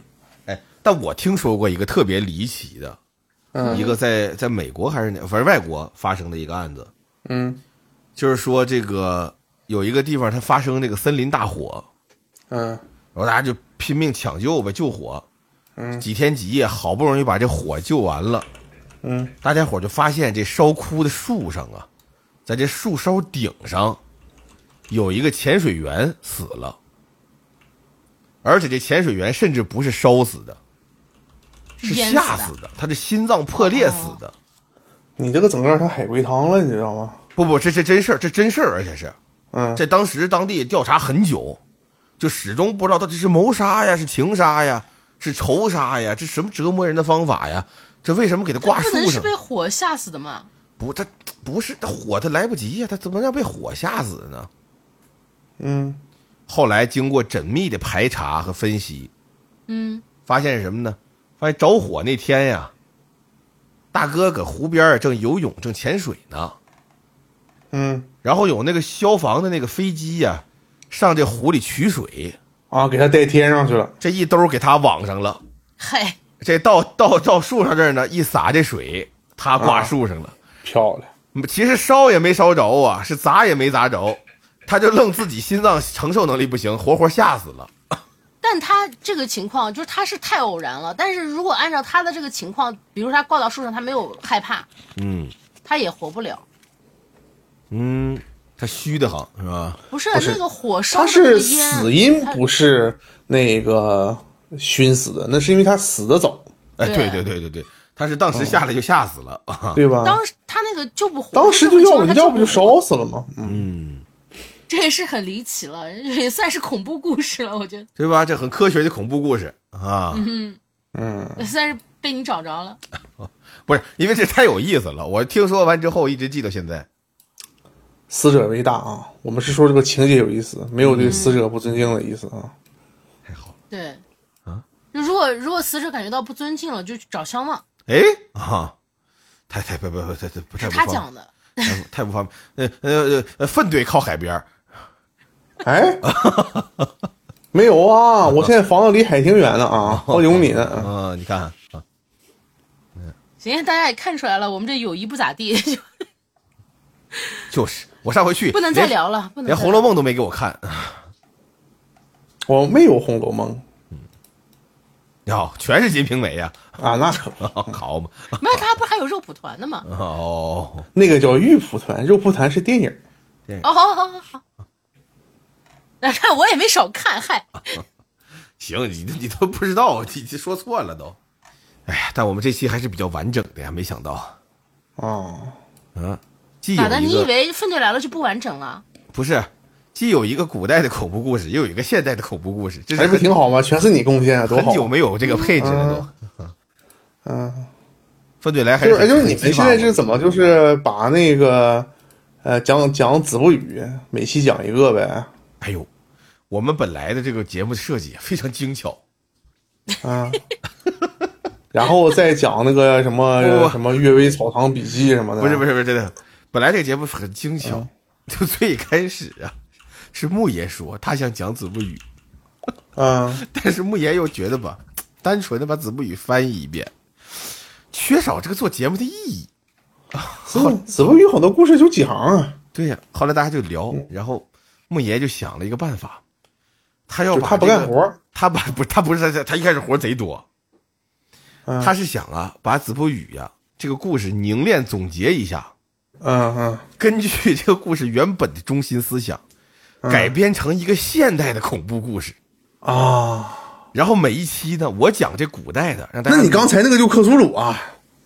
哎，但我听说过一个特别离奇的，
嗯
一个在在美国还是哪，反正外国发生的一个案子，
嗯
就是说这个有一个地方它发生那个森林大火，
嗯
然后大家就拼命抢救呗，救火。嗯，几天几夜，好不容易把这火救完了。
嗯，
大家伙就发现这烧枯的树上啊，在这树梢顶上有一个潜水员死了，而且这潜水员甚至不是烧死的，是
淹死的哦
吓死的，他是心脏破裂死的。
你这个整个有点海龟汤了，你知道吗？
不不，这这真事儿，这真事儿，而且是
嗯
在当时当地调查很久，就始终不知道到底是谋杀呀，是情杀呀，是仇杀呀，这什么折磨人的方法呀？这为什么给他挂
不能
树
是
上？
被火吓死的嘛？
不，他不是他火，他来不及呀，他怎么让被火吓死的呢？
嗯
后来经过缜密的排查和分析，
嗯，
发现是什么呢？发现着火那天呀，大哥搁湖边儿正游泳，正潜水呢。
嗯
然后有那个消防的那个飞机呀、上这湖里取水，
啊，给他带天上去了。
这一兜给他网上了。
嗨，
这到到到树上这儿呢，一洒这水，他挂树上了。
漂亮，
其实烧也没烧着啊，是砸也没砸着，他就愣自己心脏承受能力不行，活活吓死了。
但他这个情况就是他是太偶然了，但是如果按照他的这个情况，比如他挂到树上，他没有害怕，
嗯
他也活不了。
嗯，他虚的很是吧？
不是
不是
那个火烧
他
的那个
是
烟
死因
他
不是那个熏死的，那是因为他死的早，
哎，对
对嗯
对对对对，他是当时下来就吓死了啊。
对吧？
当时他那个救不活，
当时
这
就
种
要
情况
不
他
要不就
救活
烧死了嘛。嗯，
这也是很离奇了，也算是恐怖故事了，我觉
对吧？这很科学的恐怖故事啊，
嗯
嗯
得算是被你找着了。
不是因为这太有意思了。我听说完之后一直记到现在。
死者为大啊，我们是说这个情节有意思，没有对死者不尊敬的意思啊。
太好了，
对，啊，如果如果死者感觉到不尊敬了，就去找相望，
哎啊，太太不不不太太不太
是
不
他
方
讲的。
太不太不方便。呃呃呃呃，粪堆靠海边 儿
哎，没有啊，我现在房子离海挺远的啊，好几公里呢。
啊，你看啊，
行，大家也看出来了，我们这友谊不咋地， 就
就是我上回去
不能再，聊了，不能
连连《
再
红
聊
楼梦》都没给我看。
我没有《红楼梦
你好，哦全是《金瓶梅》呀，》
啊，那可不，
好嘛，
了，没有他不是还有肉蒲团的吗？
哦，
那个叫玉蒲团，肉蒲团是电影。
哦，好好好好。 那看我也没少看，嗨，
行，你你都不知道，你你说错了都。哎呀，但我们这期还是比较完整的呀，没想到，
啊，
嗯，既有
咋的？
一
你以
个
为分队来了就不完整了？
不是，既有一个古代的恐怖故事，又有一个现代的恐怖故事，这
还
是
不
很
挺好吗？全是你贡献啊，多
很
好
久。没有这个配置了都。
嗯，
分队来还
就是
是
哎，就是你
很
们
激
现
发
在
我
是怎么就是把那个呃讲讲子不语，每期讲一个呗？
哎呦，我们本来的这个节目设计非常精巧，
啊，然后再讲那个什么
不不不
什么《阅微草堂笔记》什么的。
不是不
是，
是不是真的，本来这个节目
嗯
很精巧，就最开始啊，是木爷说他想讲子不语，
啊，
但是慕言又觉得吧，单纯的把子不语翻译一遍，缺少这个做节目的意义。
子不子不语好多故事就几行啊，
对呀、后来大家就聊，
嗯
然后慕言就想了一个办法，他要
就
把、
他不干活，儿，
他把不他不是他他一开始活贼多，
嗯
他是想啊把子不语呀、这个故事凝练总结一下，
嗯嗯，
根据这个故事原本的中心思想，
嗯
改编成一个现代的恐怖故事。
啊，
然后每一期呢，我讲这古代的，让大家
那你刚才那个就克苏鲁啊，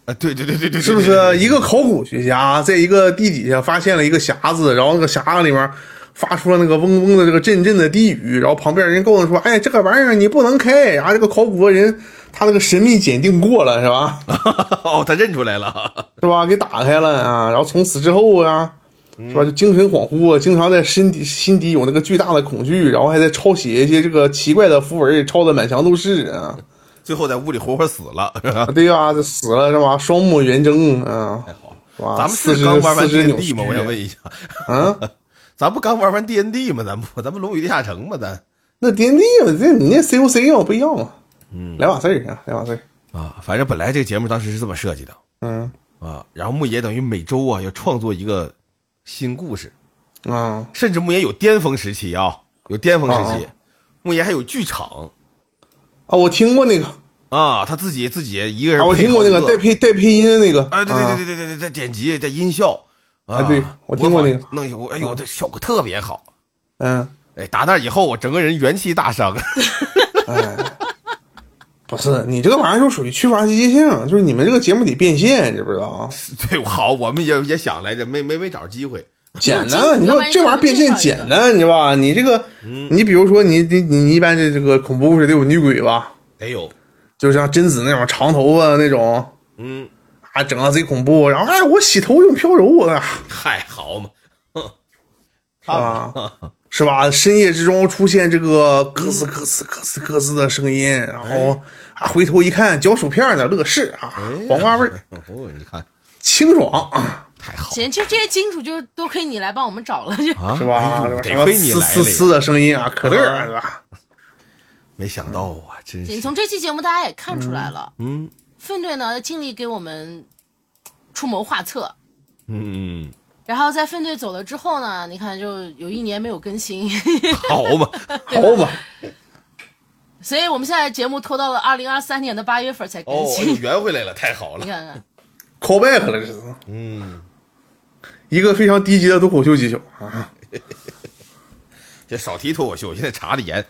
啊，对对对对对，
是不
对对
是一个考古学家在一个地底下发现了一个匣子，然后那个匣子里面发出了那个嗡嗡的这个阵阵的低语，然后旁边人告诉说：“哎，这个玩意儿你不能开。”然后这个考古人他那个神秘检定过了，是吧？
哦，他认出来了，
是吧？给打开了啊，然后从此之后啊，
嗯
是吧？就精神恍惚啊，经常在心底心底有那个巨大的恐惧，然后还在抄写一些这个奇怪的符文，抄的满墙都是啊。
最后在屋里活活死了。
啊对啊，这死了是吧？双目圆睁啊，哇
咱们
四
是
肢
刚玩完
四肢
D N
扭
D
曲
吗？我想问一下，
啊。
咱不刚玩完 D N D 吗？咱不，咱不《龙与地下城》吗？咱
那 D N D 嘛，这你那 C O C 嘛不一样嘛，嗯，两码事儿啊，两码事儿，
啊，反正本来这个节目当时是这么设计的
嗯
啊。然后牧野等于每周啊要创作一个新故事，
啊
甚至牧野有巅峰时期啊，有巅峰时期
哦，
牧野还有剧场
啊，我听过那个，
啊，他自己自己一个人
啊，我
配
听过那
好几
个带配带配音的那个，
啊，对
啊
对对对对对，在剪辑，在音效啊，
啊对我听过那个
模仿弄一我哎呦，这效果特别好。
嗯，
哎，打那以后我整个人元气大伤。
不是，你这个玩意儿就属于缺乏积极性，就是你们这个节目得变现，知不知道啊？
对，好，我们也也想来着，没没没找着机会。
简单，你说这玩意儿变现简单，你知道吧？你这个，你比如说你你你你一般这这个恐怖故事得有女鬼吧，
得有，
就像贞子那种长头发那种
嗯，
啊，整的贼恐怖，然后哎，我洗头用飘柔，我、啊。
嗨，好嘛，
啊，是吧？深夜之中出现这个咯吱咯吱咯吱咯吱的声音，然后啊，回头一看，嚼薯片呢，乐事啊，
哎
黄瓜味儿，
哦，你看
清爽，啊
太好
行，就这些金主就都亏你来帮我们找了， 就
啊，
是吧？
哎呦
什
得
么
亏你
嘶
来
嘶
了，
嘶的声音啊，可乐
啊
儿是吧？
没想到啊，真
行
是，
从这期节目大家也看出来了，
嗯
分队呢尽力给我们出谋划策，
嗯，
然后在分队走了之后呢，你看就有一年没有更新，
好嘛，
好吧，
所以我们现在节目拖到了二零二三年的八月份才更
哦，
新。
又圆回来了，太好
你
了，
看看，
，call back 了，这是
嗯，
一个非常低级的脱口秀技巧啊，
这少提脱口秀，现在查的严，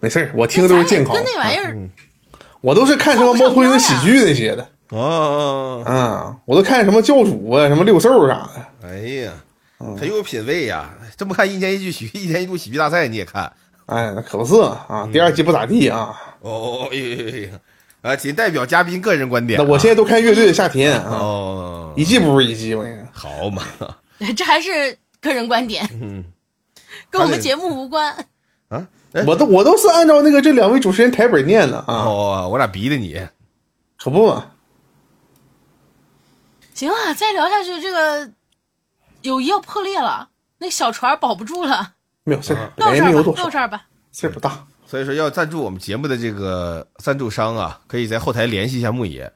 没事儿，我听都是健康
跟，那玩意儿，
我都是看什么猫头鹰喜剧那些的
哦，
啊，我都看什么教主啊，什么六兽啥的。
哎呀，很有品位呀，这么看一年一剧喜，一 年一度喜剧大赛你也看，
哎，那可不是
嗯
啊！第二季不咋地啊。
哦，哎呀，哎呀啊，仅代表嘉宾个人观点
那
啊，
我现在都看乐队的夏天啊。
哦，
一季不如一季，我跟你
好嘛，嗯
这还是个人观点，跟我们节目无关。
啊，哎
讲，我都我都是按照那个这两位主持人台本念的啊，
哦，我咋逼的你？
可不嘛，
行了，再聊下去这个友谊要破裂了，那小船保不住了。
没有事
啊
儿，
到
人
这
也没有
儿
多
吧，
少
到，这儿吧。
事儿不大。
所以说要赞助我们节目的这个赞助商啊，可以在后台联系一下牧野，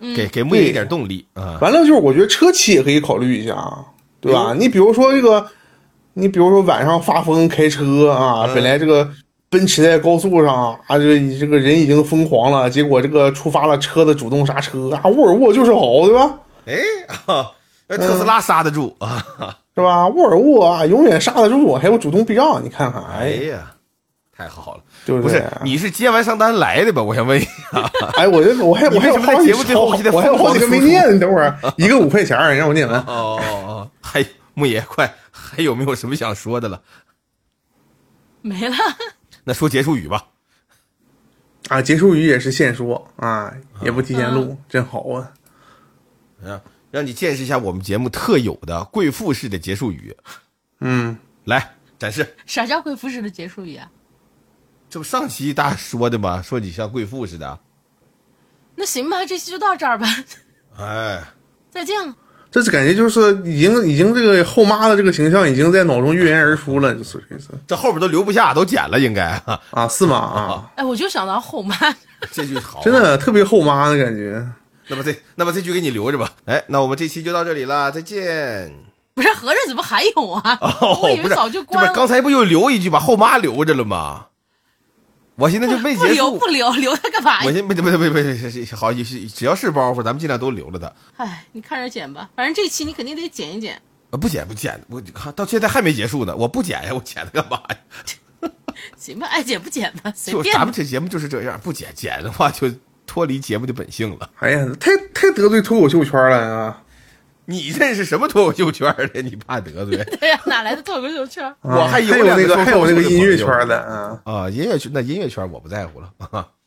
给给牧野一点动力啊。
完了就是，我觉得车企也可以考虑一下啊，对
哎
吧？你比如说这个，你比如说晚上发疯开车啊，
嗯
本来这个奔驰在高速上啊，这个这个人已经疯狂了，结果这个触发了车的主动刹车啊，沃尔沃就是好，对吧？
哎啊，那特斯拉刹得住啊！
是吧？沃尔沃啊，永远刹得住，还有主动避让，你看看，
哎
哎，
呀，啊太好了！
对
不
对
是？你是接完商单来的吧？我想问一下，
哎，我这我还
你
我还
为
有
什么在
好几
节目最后
条
记得
我还有好几个没念呢。等 会儿一个五块钱儿，你让我念完。
哦哦哦， 还牧野快，还有没有什么想说的了？
没了，
那说结束语吧。
啊，结束语也是现说啊，也不提前录，真好啊！
啊，让你见识一下我们节目特有的贵妇式的结束语，
嗯，
来展示。
啥叫贵妇式的结束语啊？
这不上期大家说的吗？说你像贵妇似的。啊
那行吧，这期就到这儿吧，
哎，
再见了。
这是感觉就是已经已经这个后妈的这个形象已经在脑中跃然而出了，就是这意思
这后边都留不下，都剪了，应该
啊，是吗？
哦
啊，
哎，我就想到后妈，
这句好，
真。的特别后妈的感觉。
那么这那么这句给你留着吧。哎，那我们这期就到这里了，再见。
不是合着怎么还有啊？
哦，
我以
不
为
是，
早就
这不
关
是
了。
刚才不又留一句把后妈留着了吗？我现在就没
不
结
留
束
不。留，留它干嘛
我
呀？
先不不不不不，好，只要是包袱，咱们尽量都留着它。
哎，你看着剪吧，反正这期你肯定得剪一剪。
呃，不剪不剪，我看到现在还没结束呢，我不剪呀，我剪它 干嘛呀？
行吧，哎爱剪不剪吧，随
就
便
咱
吧。
们这节目就是这样，不剪剪的话就脱离节目的本性了。
哎呀，太太得罪脱口秀圈了啊！
你认识什么脱口秀圈的？你怕得罪
对呀，哪来的脱口秀圈儿？
啊
我还有
有
两个
那个
脱口
还有那个
秀的
音乐
朋友
圈的啊。
啊？音乐圈那音乐圈我不在乎了，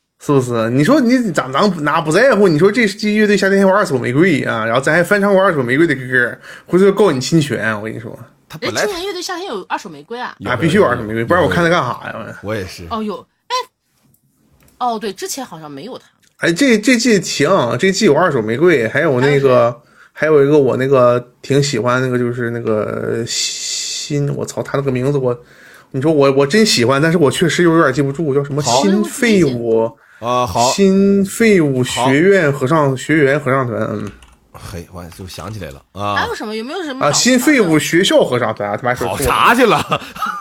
是不是？你说你咱咱哪不在乎？你说这这乐队夏天有二手玫瑰啊，然后咱还翻唱过二手玫瑰的歌，回头告你侵权。我跟你说，
他本
人
来
今年乐队夏天有二手玫瑰啊。
有
啊，
的
必须有二手玫瑰，不然我看他
有的
干啥呀？
我也是。
哦，有，哎，哦，对，之前好像没有他。
哎，这这季停，这季有二手玫瑰，还有那个，还
啊
有一个我那个挺喜欢那个，就是那个心，我操，他那个名字我，你说我我真喜欢，但是我确实又有点记不住，叫什么
好
新废物。
啊，好，
新废物
好
学院合唱学员合唱团，嗯
嘿，我就想起来了
还
啊，
有什么？有没有什么
啊，
老
新
团
废
的
物学校合唱团，他妈还说
考
错了
察去了，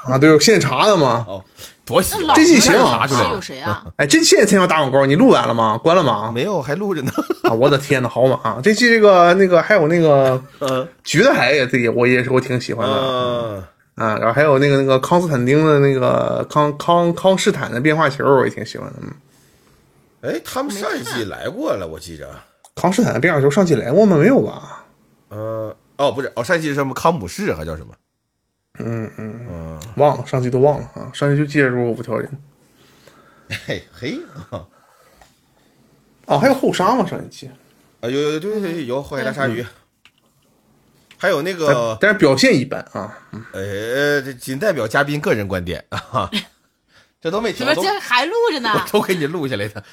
啊，对，现查的嘛。
哦，多喜
那
欢
老
这季
团
行
的
啊
查去
是有
了，
谁啊？
哎，这期也天要打广告，你录完了吗？关了吗？
没有还录着呢。
啊，我的天呐，好马、啊！这期这个那个还有那个
嗯
橘子海也对我也是我挺喜欢的、
嗯，
啊，然后还有那个那个康斯坦丁的那个康康康斯坦的变化球，我也挺喜欢的。嗯，
哎，他们上一季来过了，我记着。
康斯坦的变化球上期来过吗？没有吧？
嗯，哦，不是，哦，上一季是什么康姆士还叫什么？
嗯嗯，
嗯，
忘了，上期都忘了啊，上期就记着说我不挑人。
嘿嘿，啊，
哦，还有后沙吗？上一期，
有有对对对有后海大鲨鱼， 还有那
但
个
但是表现一般啊。
呃，这仅代表嘉宾个人观点啊，这都没
怎
听，
么啊
都
这还录着呢？
我都给你录下来的，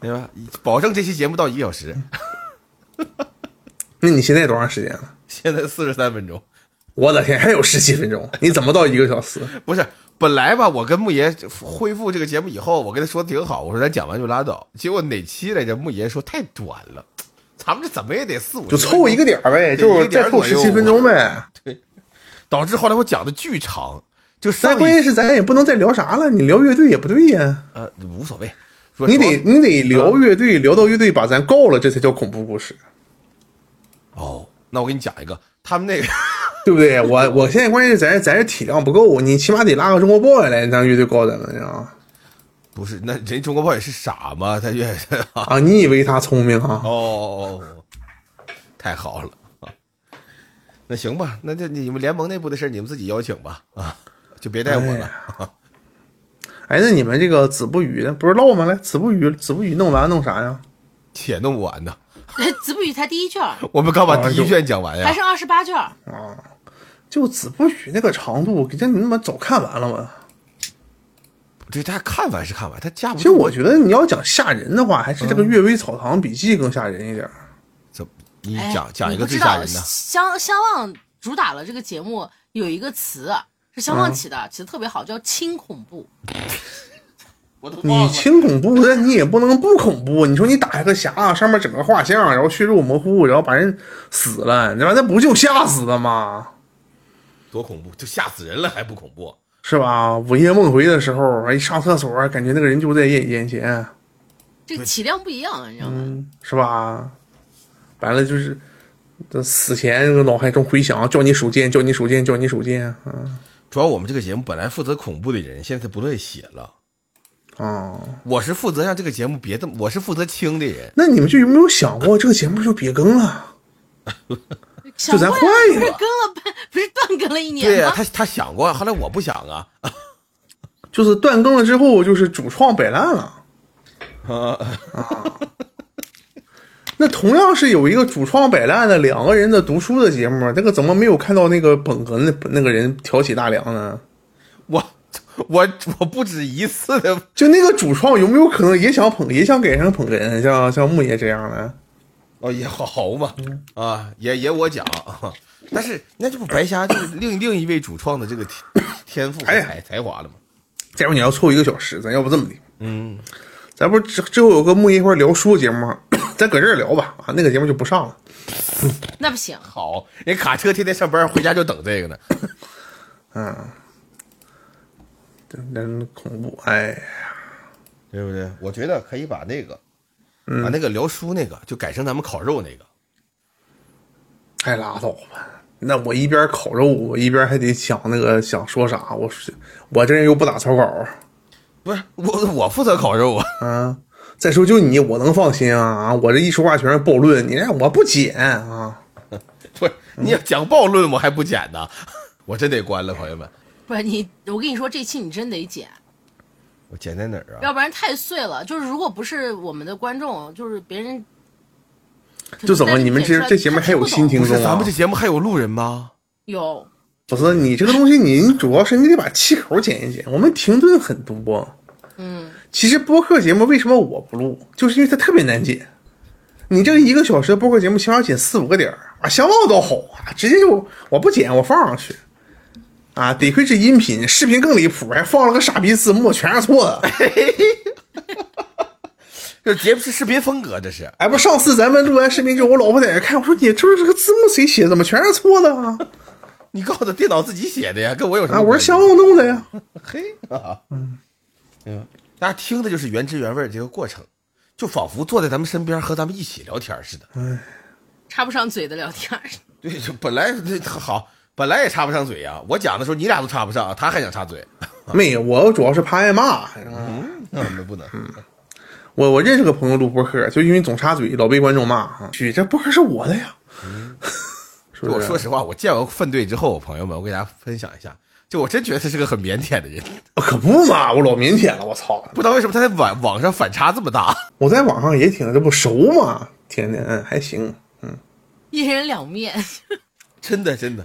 对吧？保证这期节目到一个小时，
那你现在多长时间了？
现在四十三分钟。
我的天，还有十七分钟，你怎么到一个小时？
不是，本来吧，我跟木爷恢复这个节目以后，我跟他说的挺好，我说咱讲完就拉倒。结果哪期来着？木爷说太短了，咱们这怎么也得四五十
就凑一个点儿
对
呗，就是
一个点
再
儿
凑
左
十
右
七分钟呗。
导致后来我讲的巨长，就上
但关
一
键是咱也不能再聊啥了，你聊乐队也不对呀，
呃无所谓，说嗯
你得你得聊乐队，聊到乐队把咱告了，这才叫恐怖故事，
哦，那我给你讲一个，他们那个
对不对？我我现在关键是咱咱是体量不够，你起码得拉个中国 boy 来让乐队告咱们，你知道吗？
不是那人中国炮也是傻吗？他越 哦
啊，你以为他聪明啊？
哦哦，太好了啊！那行吧，那就你们联盟内部的事儿你们自己邀请吧啊，就别带我了。
哎，那你们这个子不语呢？不是唠吗？来，子不语，子不语弄完弄啥呀？
且弄不完呢，
哎子不语才第一卷儿，
我们刚把
啊
第一卷讲完
还
哎呀。
剩二十八卷儿。
就子不语那个长度，给这你们早看完了吗？
对，大家看完是看完，他架不
其实
住
我觉得你要讲吓人的话，还是这个《阅微草堂笔记》更吓人一点儿。
怎么你
哎
讲讲一
你
个
不
最
知
吓
道
人的，
相相望主打了这个节目有一个词是相
嗯
望起的，起的特别好，叫轻恐怖。
我都
你轻恐怖，但你也不能不恐怖。你说你打一个匣，上面整个画像，然后血肉模糊，然后把人死了，那玩意那不就吓死了吗？
多恐怖，就吓死人了还不恐怖？
是吧？午夜梦回的时候，一上厕所，感觉那个人就在眼眼前，
这个体量不一样，你知道
嗯
吗？
是吧？完了就是，这死前这个脑海中回响，叫你数剑，叫你数剑，叫你数剑，嗯
主要我们这个节目本来负责恐怖的人，现在他不乐意写了。
啊。
我是负责让这个节目别这么，我是负责轻的人。
那你们就有没有想过，这个节目就别更了？
想
咱
过呀
换一
不是
个
更了半，不是断更了一年
对呀、
吗？
他他想过，后来我不想啊。
就是断更了之后，就是主创摆烂了。
啊，
那同样是有一个主创摆烂的两个人的读书的节目，那个怎么没有看到那个捧哏的那个人挑起大梁呢？
我我我不止一次的，
就那个主创有没有可能也想捧，也想改成捧哏，像像木爷这样的？
哦，也好豪嘛，
嗯
啊，也也我讲，但是那这不白瞎就是另另一位主创的这个天天赋和
哎呀
才才华了吗？
再不你要凑一个小时，咱要不这么的，
嗯，
咱不是之之后有个木一块聊书节目吗？ 咱搁这儿聊吧，啊，那个节目就不上了。
那不行，
好，人卡车天天上班，回家就等这个呢。
嗯，真真恐怖，哎，
对不对？嗯我觉得可以把那个，把那个聊书那个，就改成咱们烤肉那个。
哎拉倒吧。那我一边烤肉，我一边还得想那个想说啥，我是我这人又不打草稿，
不是我，我负责烤肉啊。
啊。再说就你，我能放心啊？啊我这一说话全是暴论，你让我不剪啊？
不是你要讲暴论，我还不剪呢， 我真得关了，朋友们。
不是你，我跟你说，这期你真得剪，
啊
我剪在哪儿啊？
要不然太碎了。就是如果不是我们的观众，就是别人，
就怎么
但是
你们
剪出
这
来
这节目
他
还有
听不懂
新听
不
众
是咱
啊
们这？节目还有路人吗？
有
不是你这个东西，你主要是你得把气口剪一剪。我们停顿很多，
嗯，
其实播客节目为什么我不录，就是因为它特别难剪。你这个一个小时的播客节目，起码剪四五个点儿啊，相貌都好啊，直接就我不剪，我放上去。啊，得亏是音频，视频更离谱，还放了个傻逼字幕，全是错的。
这节目是视频风格，这是
哎，不，上次咱们录完视频之后，我老婆在那看，我说你这这个字幕谁写的？怎么全是错的啊？
你告诉我电脑自己写的呀，跟我有什么
啊，
关系？
我是相貌弄的呀。
嘿啊，嗯大家听的就是原汁原味儿这个过程，就仿佛坐在咱们身边和咱们一起聊天儿似的。
插不上嘴的聊天儿，
对，就本来这好，本来也插不上嘴呀、啊我讲的时候你俩都插不上，他还想插嘴，
没有，我主要是怕挨骂。
那我们不能。
我我认识个朋友录播客，就因为总插嘴，老被观众骂啊。去，这播客是我的呀， 是
就嗯
不
我
是？啊
说实话，我见过粪队之后，朋友们，我给大家分享一下，就我真觉得他是个很腼腆的人，
哦可不嘛，我老腼腆了，我操！
不知道为什么他在网网上反差这么大。
我在网上也挺这不熟嘛，天天嗯还行，
一人两面。
真的真的，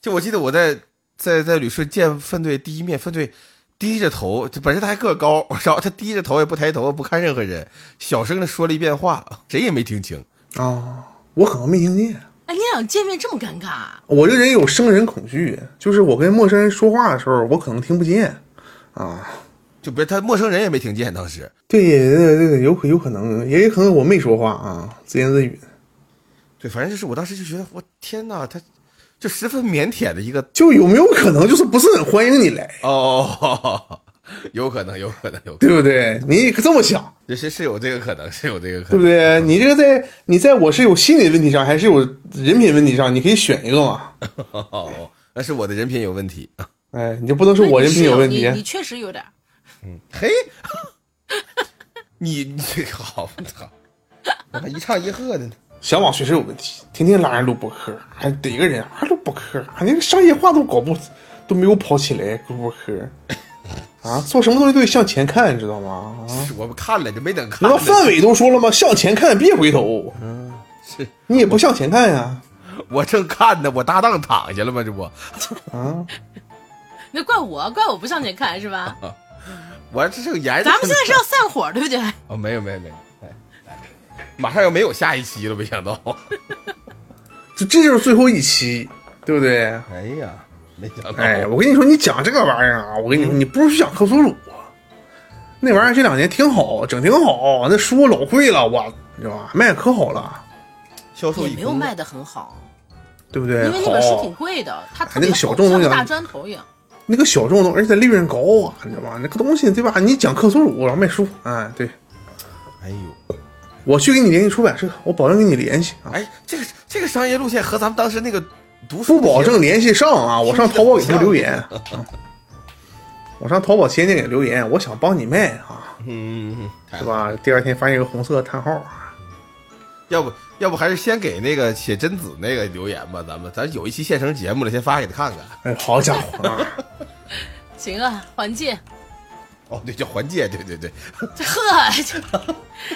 就我记得我在在在旅社见粪队第一面，粪队低着头，就本身他还个高，然后他低着头也不抬头，不看任何人，小声的说了一遍话，谁也没听清。
啊、我可能没听见。
哎，你俩见面这么尴尬啊、
我这人有生人恐惧，就是我跟陌生人说话的时候，我可能听不见啊。
就别他陌生人也没听见，当时
对，对对对，有可有可能，也有可能我没说话啊，自言自语。
对，反正就是我当时就觉得，我天哪，他就十分腼腆的一个
就有没有可能就是不是很欢迎你来，
哦， 有可能，有可能，有可能，
对不对？你可这么想，
这是是有这个可能，是有这个可能
对不。对？你这个在你在我是有心理问题上，还是有人品问题上，你可以选一个嘛。
哦，那是我的人品有问题。
哎，你就不能说我人品有问题
你，你确实有点儿。
嘿， 你 你这个好，我 操！我还一唱一和的呢。
小网确实有问题，天天拉人录播客，还逮个人还录播客，啊，那个商业化都搞不都没有跑起来录播客，啊，做什么东西都得向前看，你知道吗？啊，
我们看了，就没等看
难
呢。
道范伟都说了吗？向前看，别回头。嗯，
是
你也不向前看呀、
我正看呢，我搭档躺下了吗？这不，
那怪我，怪我不向前看是
哎
吧？
我这是个严。
咱们现在是要散伙，对不对？
哦，没有没有没有，哎，马上要没有下一期了，没想到。
就这就是最后一期，对不对？
哎呀，没想到。
哎，我跟你说，你讲这个玩意儿啊，我跟你
嗯
说，你不如去讲克苏鲁，啊那玩意儿这两年挺好，整挺好，那书老贵了，我你知道吧？卖可好了，
销售
也
一
没
空
有卖的很好，
对不对？
因为那本书挺
哎好，
贵的，它特
那
别
个
厚
小众
像
东西
个
啊
大砖头一样。
那个小众的，而且它利润高啊，你知道吧？那个东西对吧？你讲克苏鲁，然后卖书，哎，对
哎呦，
我去给你联系出版社，我保证给你联系啊，
哎，这个这个商业路线和咱们当时那个读书
不保
节目
证联系上 啊，我上淘宝给他们留言，啊 我上淘宝前天给留言，我想帮你卖啊，
嗯，嗯嗯太
对
好了
吧？第二天发现一个红色的叹号。
要不要不还是先给那个写真子那个留言吧，咱们咱有一期现成节目了，先发给他看看。
哎，好家伙啊！
行啊，缓解。
哦，对，叫环界，对对对，
这呵，这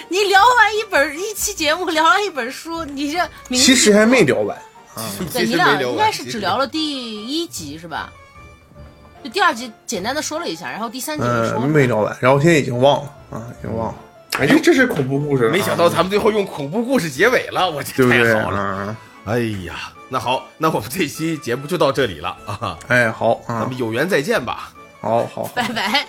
你聊完一本一期节目，聊完一本书，你这名字
其实还没聊完，
啊对
其
你
实没
俩
聊完
应该是只聊了第一集是吧？就第二集简单的说了一下，然后第三集没说
呃
嗯，
呢。
没聊完，然后现在已经忘了啊，已经忘了。哎，这这是恐怖故事啊，
没想到咱们最后用恐怖故事结尾了，我
对
这
不
太
对？
好了。
啊
哎呀，那好，那我们这期节目就到这里了啊，
哎，好
咱
啊
们，有缘再见吧。
好好好。
拜拜。